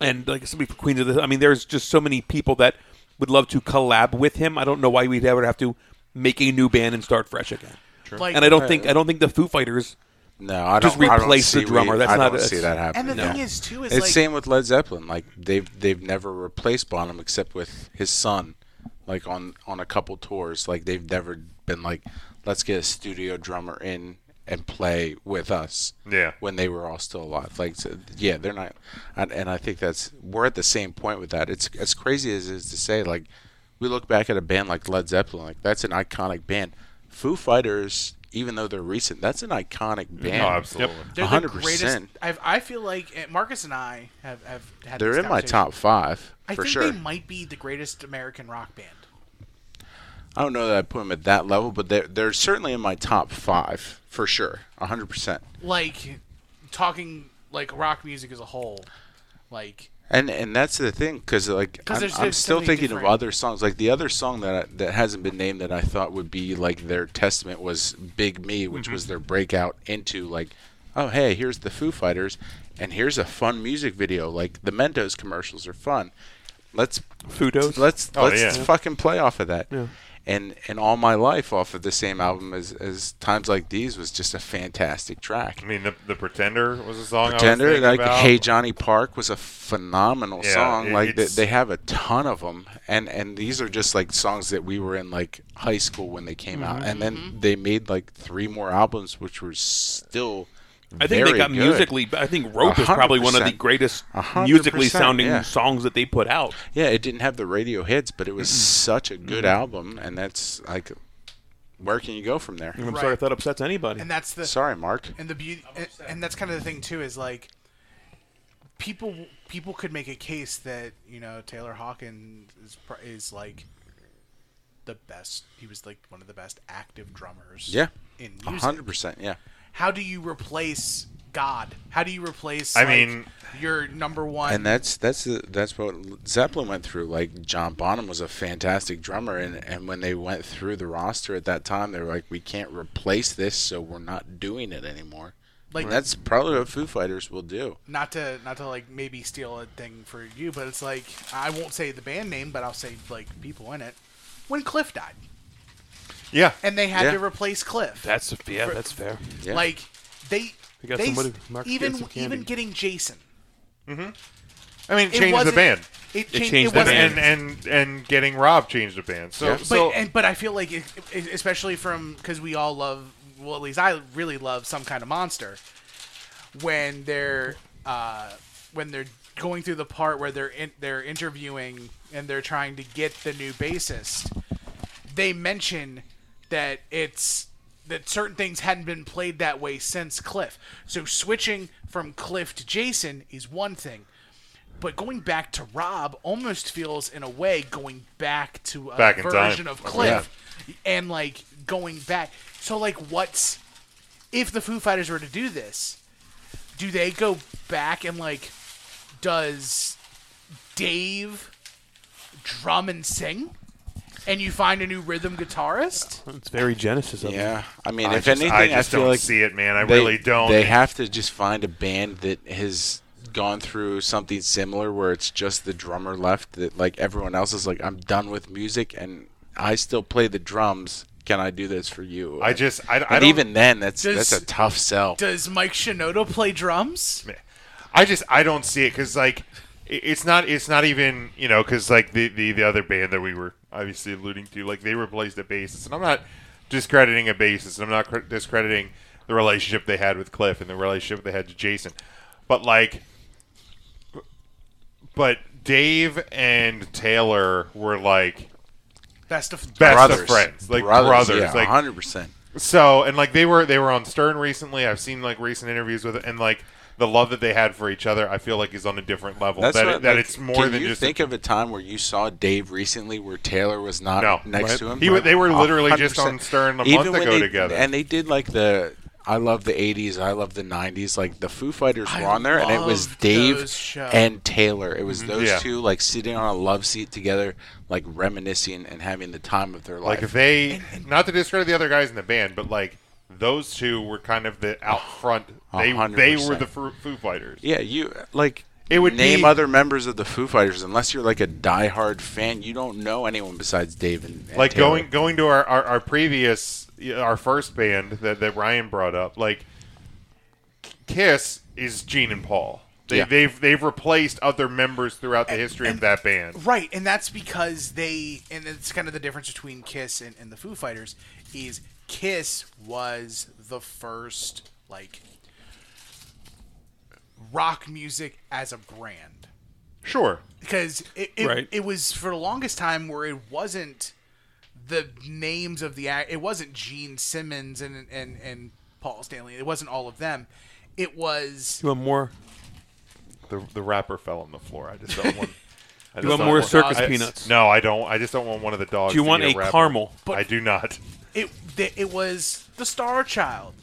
and like somebody from Queens of the. I mean, there's just so many people that would love to collab with him. I don't know why we'd ever have to make a new band and start fresh again. Like, And I don't think I don't think the Foo Fighters. No, I don't Just I don't replace the see we- drummer. That's I not- don't see that And happening. the no. thing is, too, is it's like same with Led Zeppelin. Like they've they've never replaced Bonham except with his son, like on on a couple tours. Like they've never been like, let's get a studio drummer in and play with us. Yeah. When they were all still alive. Like so, yeah, they're not. And, and I think that's we're at the same point with that. It's as crazy as it is to say. Like we look back at a band like Led Zeppelin. Like that's an iconic band. Foo Fighters, even though they're recent, that's an iconic band. Oh, absolutely. they're the 100%. greatest. I've, I feel like and Marcus and I have, have had. They're this in my conversation. top five I for think sure. they might be the greatest American rock band. I don't know that I put them at that level, but they're they're certainly in my top five for sure, hundred percent. Like talking like rock music as a whole, like And and that's the thing, because like 'Cause I'm, there's- I'm there's so still many thinking different- of other songs. Like the other song that I, that hasn't been named that I thought would be like their testament was "Big Me," Mm-hmm. which was their breakout into like, oh hey, here's the Foo Fighters, and here's a fun music video. Like the Mentos commercials are fun. Let's Fudos? Let's Oh, let's yeah. fucking play off of that. And and all my life off of the same album as, as times like these was just a fantastic track. I mean, the, the Pretender was a song. I was Pretender, thinking like about. Hey Johnny Park was a phenomenal Yeah, song. it- like they, it's- they have a ton of them, and and these are just like songs that we were in like high school when they came out, and then they made like three more albums, which were still. I think very they got good. musically. I think "Rope" is probably one of the 100%. greatest A hundred musically percent, sounding yeah. songs that they put out. Yeah, it didn't have the radio hits, but it was such a good album, and that's like, where can you go from there? I'm Right. sorry if that upsets anybody. and that's the Sorry, Mark. and the beauty and, and that's kind of the thing too is like people people could make a case that you know Taylor Hawkins is pro- is like the best. He was like one of the best active drummers. Yeah, in a music. hundred percent. Yeah, How do you replace God? How do you replace? I like, mean- your number one. and that's that's the, that's what Zeppelin went through. Like John Bonham was a fantastic drummer, and and when they went through the roster at that time, they were like, we can't replace this, so we're not doing it anymore. Like- Like that's probably what Foo Fighters will do. not to not to like maybe steal a thing for you, but it's like I won't say the band name, but I'll say like people in it. When Cliff died, Yeah, and they had Yeah. to replace Cliff, that's yeah, that's fair. Yeah. like they We got they somebody- s- Mark, even get some candy. even getting Jason, I mean, it it changed the wasn't- band, It, It changed, changed it the and, wasn't, band. and and and getting Rob changed the band. So Yeah. But so and but I feel like it, it- especially from because we all love well at least I really love some kind of monster when they're uh, when they're going through the part where they're in, they're interviewing and they're trying to get the new bassist they mention that it's that certain things hadn't been played that way since Cliff so switching from Cliff to Jason is one thing but going back to Rob almost feels, in a way, going back to a Back in version time. Oh, of Cliff, and like going back. So like, what's if the Foo Fighters were to do this? Do they go back and like, does Dave drum and sing, and you find a new rhythm guitarist? It's very Genesis of it. Yeah, I mean, if just- anything, I just feel don't like see it, man. I they- really don't. They have to just find a band that has gone through something similar where it's just the drummer left that like everyone else is like I'm done with music and I still play the drums. Can I do this for you? I just I, I and don't even then that's Does- that's a tough sell. Does Mike Shinoda play drums? I just I don't see it because like it- it's not it's not even you know because like the, the the other band that we were obviously alluding to like they replaced the bassist and I'm not discrediting a bassist. and I'm not cr- discrediting the relationship they had with Cliff and the relationship they had to Jason, but like, but Dave and Taylor were like Best of best brothers, of friends, like brothers, brothers, yeah, like 100%. so and like they were they were on Stern recently. I've seen like recent interviews with it, and like the love that they had for each other, I feel like is on a different level. That's that what, that like, it's more can than you just think of a time where you saw Dave recently where Taylor was not No. next Right. to him. He wa- they were literally just 100%. on Stern a Even month when ago they- together. and they did like the. I love the '80s. I love the '90s. Like the Foo Fighters were on there, and it was loved Dave those shows. and Taylor. It was those Mm-hmm. Yeah. two like sitting on a love seat together, like reminiscing and having the time of their life. like they not to discredit the other guys in the band, but like those two were kind of the out front. A They hundred they were percent. the Foo Foo Fighters. yeah, you like It would name be- other members of the Foo Fighters unless you're like a diehard fan. You don't know anyone besides Dave and, and like Taylor. going going to our, our, our previous our first band that, that Ryan brought up like Kiss is Gene and Paul they, Yeah. they've they've replaced other members throughout the history of that band Right, and that's because they, and it's kind of the difference between Kiss and, and the Foo Fighters is Kiss was the first like rock music as a brand sure because it it, Right. it was for the longest time where it wasn't the names of the act. It wasn't Gene Simmons and and and Paul Stanley. It wasn't all of them. It was You want more? the, the rapper fell on the floor I just don't want I just want don't more circus I- peanuts? no I don't I just don't want one of the dogs Do you to want be a rapper. caramel? I do not it th- it was the Star Child,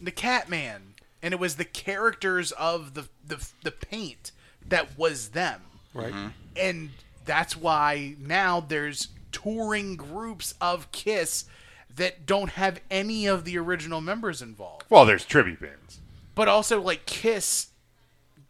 the Catman, and it was the characters of the the, the paint that was them, Right. Mm-hmm. and that's why now there's touring groups of Kiss that don't have any of the original members involved well there's tribute bands but also like Kiss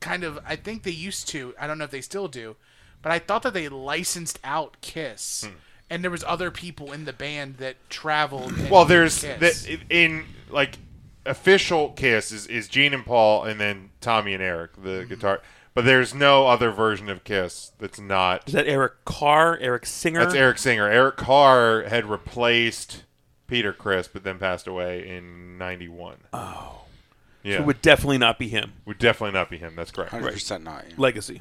kind of I think they used to, I don't know if they still do, but I thought that they licensed out Kiss. Hmm. And there was other people in the band that traveled. and Well, did there's Kiss. the, in like official Kiss is, is Gene and Paul, and then Tommy and Eric, the Mm-hmm. guitar. But there's no other version of Kiss that's not. Is that Eric Carr? Eric Singer? That's Eric Singer. Eric Carr had replaced Peter Chris, but then passed away in '91. Oh, yeah, It would, would definitely not be him. definitely not be him. That's correct. 100% not. yeah. Legacy.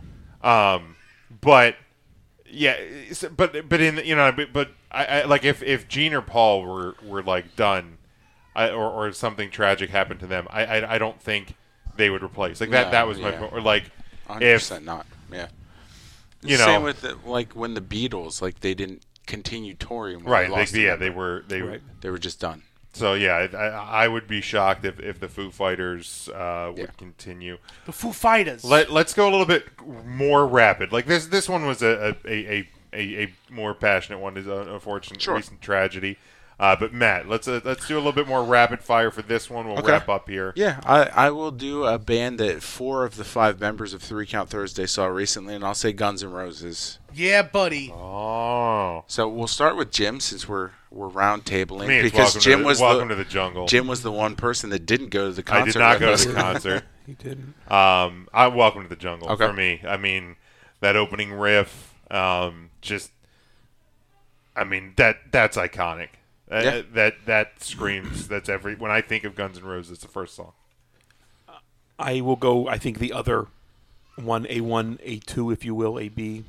But yeah, it's- but but in you know, but, but I, I like if if Gene or Paul were were like done, I, or or something tragic happened to them, I I, I don't think they would replace like that. No, that was my yeah. point. Or like if 100% not. Yeah. you know, Same with the, like when the Beatles, like they didn't continue touring. When right? They lost They, a yeah, member. they were they. Right. They were just done. So yeah, I, I I would be shocked if, if the Foo Fighters uh, would Yeah. continue. the Foo Fighters. Let Let's go a little bit more rapid. Like this this one was a a, a, a, a more passionate one. Is an unfortunate Sure. recent tragedy. Uh, but Matt, let's uh, let's do a little bit more rapid fire for this one. We'll Okay. wrap up here. Yeah, I, I will do a band that four of the five members of Three Count Thursday saw recently, and I'll say Guns N' Roses. yeah, buddy. Oh, So we'll start with Jim since we're we're round tabling me it's because welcome, Jim to, the, was welcome the, to the jungle. Jim was the one person that didn't go to the concert. I did not with go us. to the concert. He didn't. Um, I welcome to the jungle Okay. for me. I mean, that opening riff, um, just, I mean that that's iconic. Uh, Yeah. That that screams. That's every when I think of Guns N' Roses, it's the first song. I will go. I think the other one, a one, a two, if you will, a b,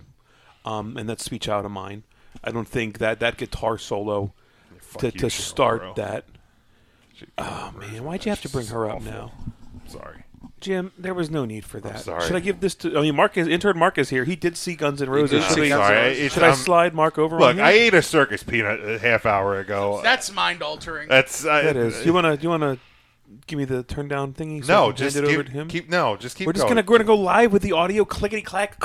um, and that's speech out of mine. I don't think that that guitar solo Fuck to, you, to Cheryl start Crow. that. Oh man, why'd you have to bring her up now, Sorry. Jim? There was no need for that. sorry. Should I give this to? I mean, Mark is intern. Mark is here. He did see Guns N' Roses. did Should, see we- Guns N' Sorry. Roses. it's- should I I'm- slide Mark over? Look, on I here? ate a circus peanut a half hour ago. That's mind altering. that's uh, I, That is. You wanna? You wanna? Give me the turn down thingy. So I no. can hand Just it over keep, to him. keep no. Just keep. We're just going. gonna we're gonna go live with the audio clickety clack.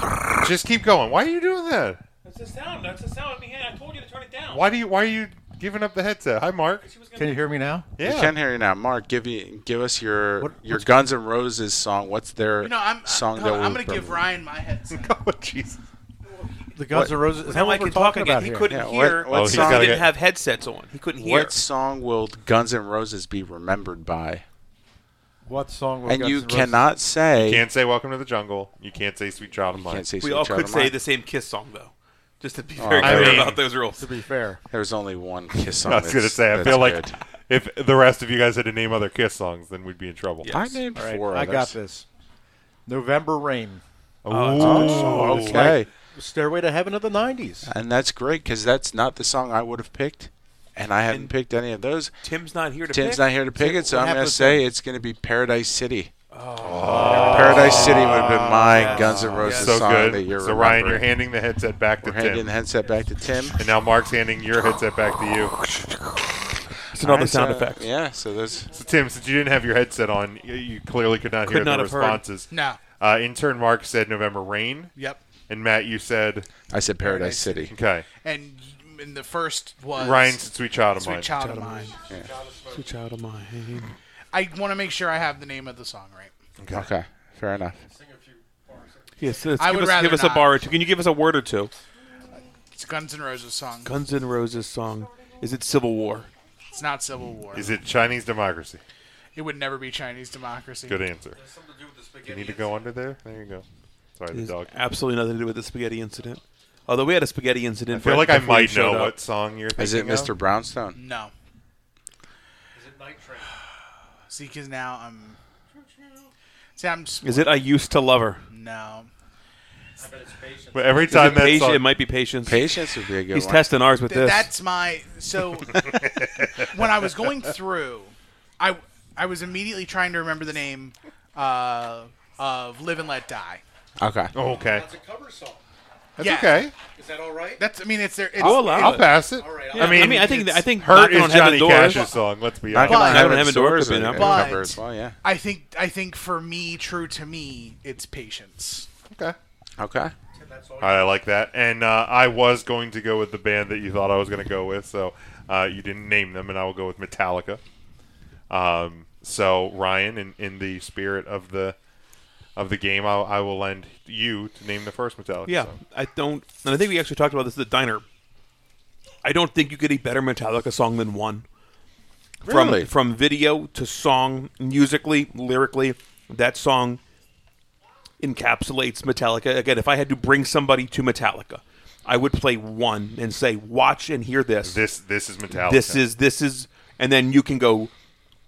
Just keep going. Why are you doing that? That's the sound. That's the sound in my hand. I told you to turn it down. Why do you? Why are you giving up the headset? Hi, Mark. She was gonna Can you hear me now? Yeah. We can hear you now, Mark. Give you give us your What- your Guns N' Roses song. What's their you know, I'm song I, that am we'll gonna give promote? Ryan my headset. Oh, Jesus. The Guns What? N' Roses. Is that Now I what we're can talk talking again. about He here? couldn't Yeah, what- hear. what Oh, because he's gotta he didn't get- have headsets on. He couldn't hear. What song will Guns N' Roses be remembered by? What song? Was and Guns you N' Roses? cannot say Can't say "Welcome to the Jungle." You can't say "Sweet Child of Mine." can't say we Sweet all Child could of say Mine. the same Kiss song though. Just to be Oh, very I clear mean- about those rules. To be fair, There's only one kiss on I was gonna that's- say I that's feel like good. if the rest of you guys had to name other Kiss songs, then we'd be in trouble. Yeah. I Yes. named all right, four. I others. got this. November Rain, Oh, Ooh. It's Okay. like Stairway to Heaven of the '90s. And that's great because that's not the song I would have picked, and I haven't And- picked any of those. Tim's not here to Tim's pick. not here to pick it, so what I'm going happened to to say it's going to be Paradise City. Paradise City would have been my Guns N' Roses So song good. that you're so Ryan, you're remembering. handing the headset back to We're handing Tim, the headset back to Tim. and now Mark's handing your headset back to you. Oh, It's another Alright, sound so- effect. Yeah, so those. So Tim, since you didn't have your headset on, y- you clearly could not hear not the have heard. responses. No. Uh, intern Mark said November Rain, Yep. and Matt, you said I said Paradise City. okay. And, and the first was Ryan said Sweet Child of Mine. Uh, Sweet Child of Mine. Switch out of my hand. I want to make sure I have the name of the song right. Okay, fair enough. Yes, let's I give would us, give rather us a not. bar or two. Can you give us a word or two? It's Guns N' Roses song. Guns N' Roses song. Is it Civil War? It's not Civil War. Is it Chinese Democracy? It would never be Chinese democracy. Good answer. Something to do with the spaghetti. You need to go under there. There you go. Sorry, the It has dog. absolutely nothing to do with the spaghetti incident. Although we had a spaghetti incident. I feel right like I before you might showed know up. what song you're thinking Is it of. Mr. Brownstone? No. Is it night train? See, because now um, I'm. See, I'm. s- Is it I Used to Love Her? No. I bet it's patient. But every Is it, time that Patience? song, it might be Patience. Patience would be a good He's one. testing ours with Th- this. that's my so when I was going through, I I was immediately trying to remember the name uh, of "Live and Let Die." okay. oh, okay, That's a cover song. that's Yeah. okay. Is that all right? That's I mean it's their. It's, I'll allow I'll it. pass it. right, Yeah, I mean, I mean, I think it's- I think Hurt Knocking on is Johnny Heaven's Door. Cash's song. Let's be Knock honest. on But- Heaven's Heaven's Door Door could is be a an good album. cover as But- well, yeah. I think I think for me, true to me, it's patience. Okay. Okay. That's all. I like that. And uh, I was going to go with the band that you thought I was going to go with, so uh, you didn't name them, and I will go with Metallica. Um, so Ryan, in, in the spirit of the of the game, I, I will lend you to name the first Metallica. Yeah, song. I don't, and I think we actually talked about this at the diner. I don't think you get a better Metallica song than one. Really? From from video to song, musically, lyrically, that song encapsulates Metallica. Again, if I had to bring somebody to Metallica, I would play one and say, "Watch and hear this. This this is Metallica. This is this is," and then you can go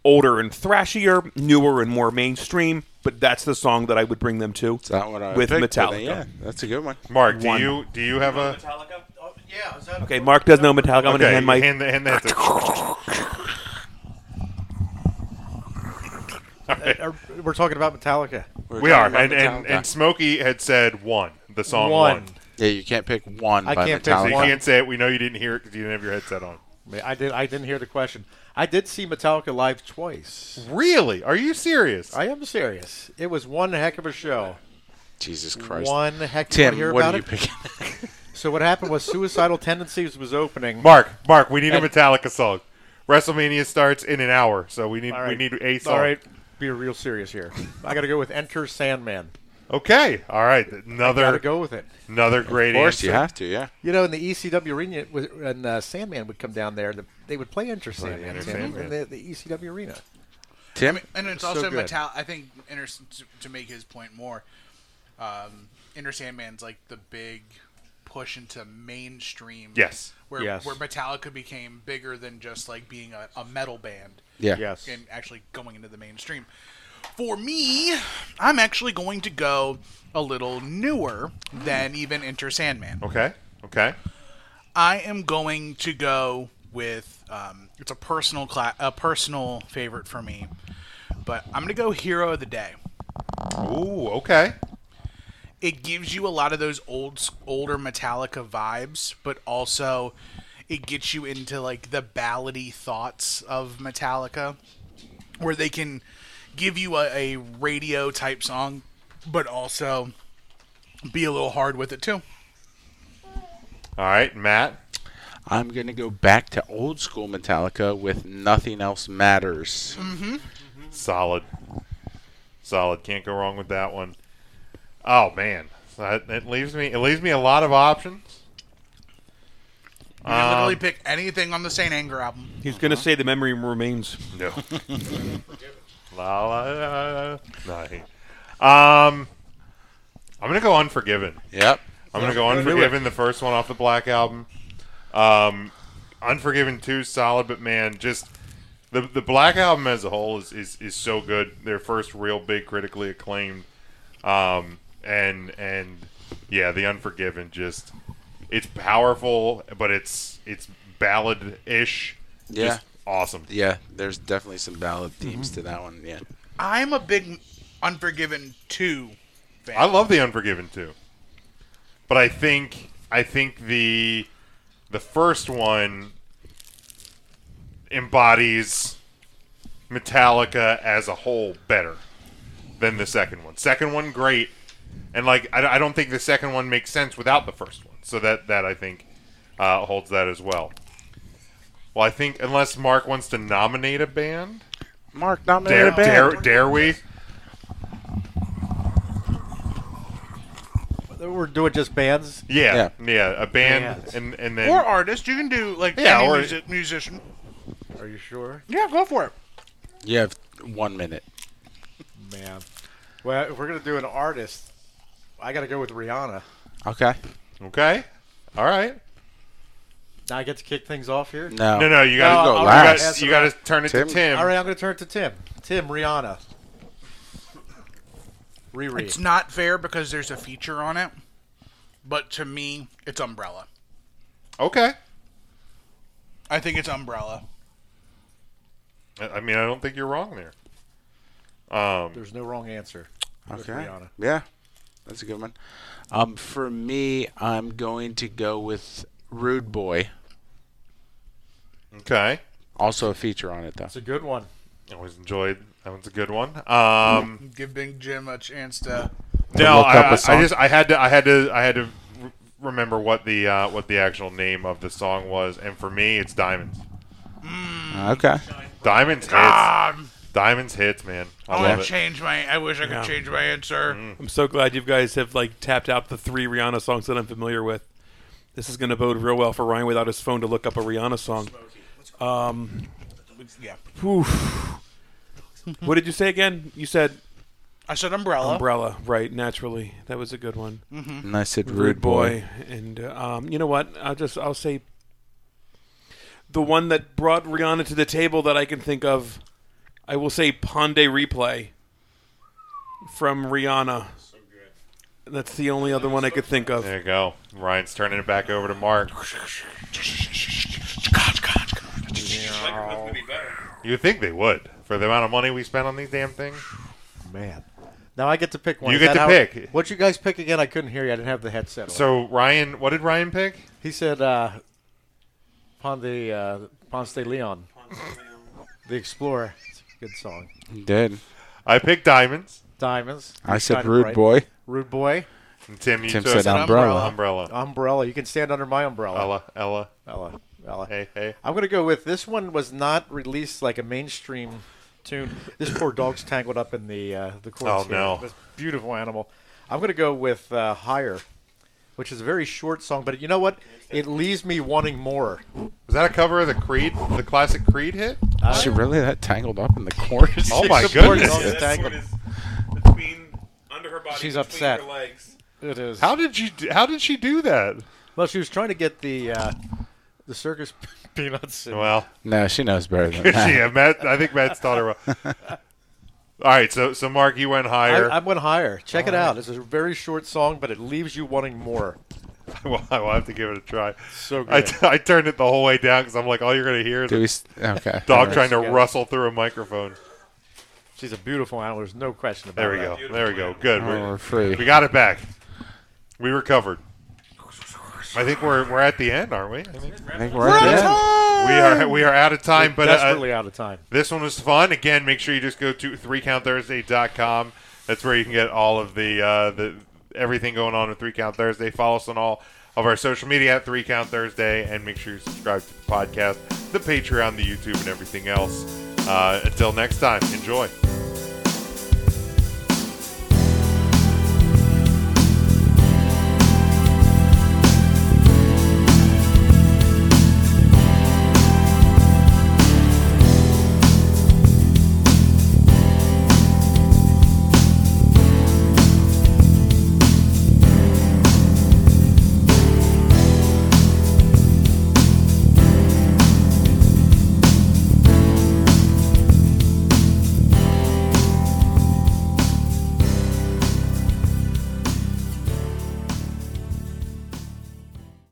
older and thrashier, newer and more mainstream. But that's the song that I would bring them to. Is that what I with picked? But Metallica. then, Yeah, that's a good one. Mark. Do one. you do you have a Metallica. Oh, yeah. Is that Okay, Mark does know Metallica. I'm going to okay? hand my hand the hand the headset. Are- uh, We're talking about Metallica. We are, talking and about and, Metallica. and Smokey had said one, the song one. One. yeah, you can't pick one I by can't pick So you Metallica. One. can't say it. We know you didn't hear it because you didn't have your headset on. I did. I didn't hear the question. I did see Metallica live twice. Mm-hmm. Really? Are you serious? I am serious. It was one heck of a show. Jesus Christ. One heck. you wanna hear Tim, what about are you it? picking? So what happened was Suicidal Tendencies was opening. Mark, Mark, we need a Hey. Metallica song. WrestleMania starts in an hour, so we need All right. we need a song. All right, be real serious here. I got to go with Enter Sandman. Okay, all right. Got to Another go with it. another great Of course, answer. you have to, yeah. You know, in the ECW arena, it was- when uh, Sandman would come down there, the, they would play Enter Sandman, Enter Tim, Sandman. in the, the ECW arena. Tim, And it's So also good. metal. I think Inter, to, to make his point more, um, Inter Sandman's like the big push into mainstream. Yes. Where Yes. where Metallica became bigger than just like being a, a metal band yeah. Yes. and actually going into the mainstream. For me, I'm actually going to go a little newer than even Inter Sandman. Okay, okay. I am going to go with um, it's a personal cla- a personal favorite for me, but I'm going to go Hero of the Day. Ooh, okay. It gives you a lot of those old s- older Metallica vibes, but also it gets you into like the ballady thoughts of Metallica, where they can give you a, a radio type song, but also be a little hard with it too. All right, Matt. I'm going to go back to old school Metallica with Nothing Else Matters. Solid, solid. Can't go wrong with that one. Oh man, that, that leaves me it leaves me a lot of options. You can literally Um, pick anything on the Saint Anger album. He's going to say the memory remains. No. la, la, la, la. Nah, he- Um, I'm gonna go Unforgiven. Yep. I'm gonna go Unforgiven, the first one off the Black album. Um, Unforgiven two, solid, but man, just the the Black album as a whole is, is is so good. Their first real big critically acclaimed, um, and and yeah, the Unforgiven just it's powerful, but it's it's ballad ish. Yeah. awesome. Yeah, there's definitely some ballad themes to that one. Yeah. I'm a big Unforgiven two fan. I love the Unforgiven too, but I think I think the the first one embodies Metallica as a whole better than the second one. Second one great, and like I, I don't think the second one makes sense without the first one. So that that I think uh, holds that as well. Well, I think unless Mark wants to nominate a band, Mark nominated dare a band. dare, dare we? We're doing just bands. Yeah, yeah, a band, and and then or artist, you can do like Yeah, any or- music, musician. Are you sure? Yeah, go for it. You have one minute. Man. Well, if we're gonna do an artist, I gotta go with Rihanna. Okay. Okay. All right. Now I get to kick things off here. No. No, no, you No, got to I'll- go I'll last. pass it You got to around. turn it Tim. to Tim. All right, I'm gonna turn it to Tim. Tim Rihanna. Riri. It's not fair because there's a feature on it, but to me, it's Umbrella. Okay. I think it's Umbrella. I I mean, I don't think you're wrong there. There's no wrong answer. with Okay. Rihanna. Yeah, that's a good one. Um, for me, I'm going to go with Rude Boy. Okay. Also a feature on it though. It's a good one. I Always enjoyed. That one's a good one. Um, Give Big Jim a chance to. no, look up a I, I, I song. just I had to I had to I had to re- remember what the uh, what the actual name of the song was, and for me, it's Diamonds. okay. Diamonds hits. Ah! Um, Diamonds hits, man. I Oh, I Ah! love want it. to change my. I wish I could Yeah. Mm. change my answer. I'm so glad you guys have like tapped out the three Rihanna songs that I'm familiar with. This is going to bode real well for Ryan without his phone to look up a Rihanna song. Um, Yeah, Oof. what did you say again? You said I said Umbrella. umbrella, right? Naturally, that was a good one. And I said Rude, Rude Boy. boy, and uh, um, you know what? I'll just I'll say the one that brought Rihanna to the table that I can think of. I will say Ponde Replay from Rihanna. That's the only other one I could think of. There you go. Ryan's turning it back over to Mark. You think they would for the amount of money we spent on these damn things? Man. Now I get to pick one. You Is get that to how- pick. What'd you guys pick again? I couldn't hear you. I didn't have the headset on. So Ryan, what did Ryan pick? He said, uh, "Pon the uh, Ponce de Leon, the Explorer." It's a good song. He did. I picked Diamonds. Diamonds. I said Shining Rude Bright. Boy. Rude boy. And Tim, you Tim took said Umbrella. Umbrella. Umbrella. You can stand under my umbrella. Ella, Ella. Ella. Ella. Hey, hey. I'm gonna go with this one. Was not released like a mainstream tune. This poor dog's tangled up in the uh, the cords. Oh, here. no. This beautiful animal. I'm gonna go with uh, higher, which is a very short song, but you know what? It leaves me wanting more. Was that a cover of the Creed, the classic Creed hit? Is she really that tangled up in the chorus? Oh my The poor goodness. dog's That's tangled. under her body, She's between upset. her It is. How did you? do- How did she do that? Well, she was trying to get the uh, the circus peanuts. and- Well, No, she knows better than that. yeah, Matt. I think Matt's taught her well. All right, so so Mark, you went I, higher. I went higher. Check it out. It's a very short song, but it leaves you wanting more. well, I will have to give it a try. So I, good. t- I turned it the whole way down because I'm like, all you're gonna hear is Do we? a s- Okay. dog trying to Yeah. rustle through a microphone. She's a beautiful animal. There's no question about There we that. go. There we go. Good. Oh, We're- we're free. We got it back. We recovered. I think we're we're at the end, aren't we? I think we're at the end. We are we are out of time, but uh, Desperately out of time. This one was fun. Again, make sure you just go to threecountthursday.com. That's where you can get all of the uh, the everything going on with Three Count Thursday. Follow us on all of our social media at Three Count Thursday, and make sure you subscribe to the podcast, the Patreon, the YouTube, and everything else. Uh, until next time, enjoy.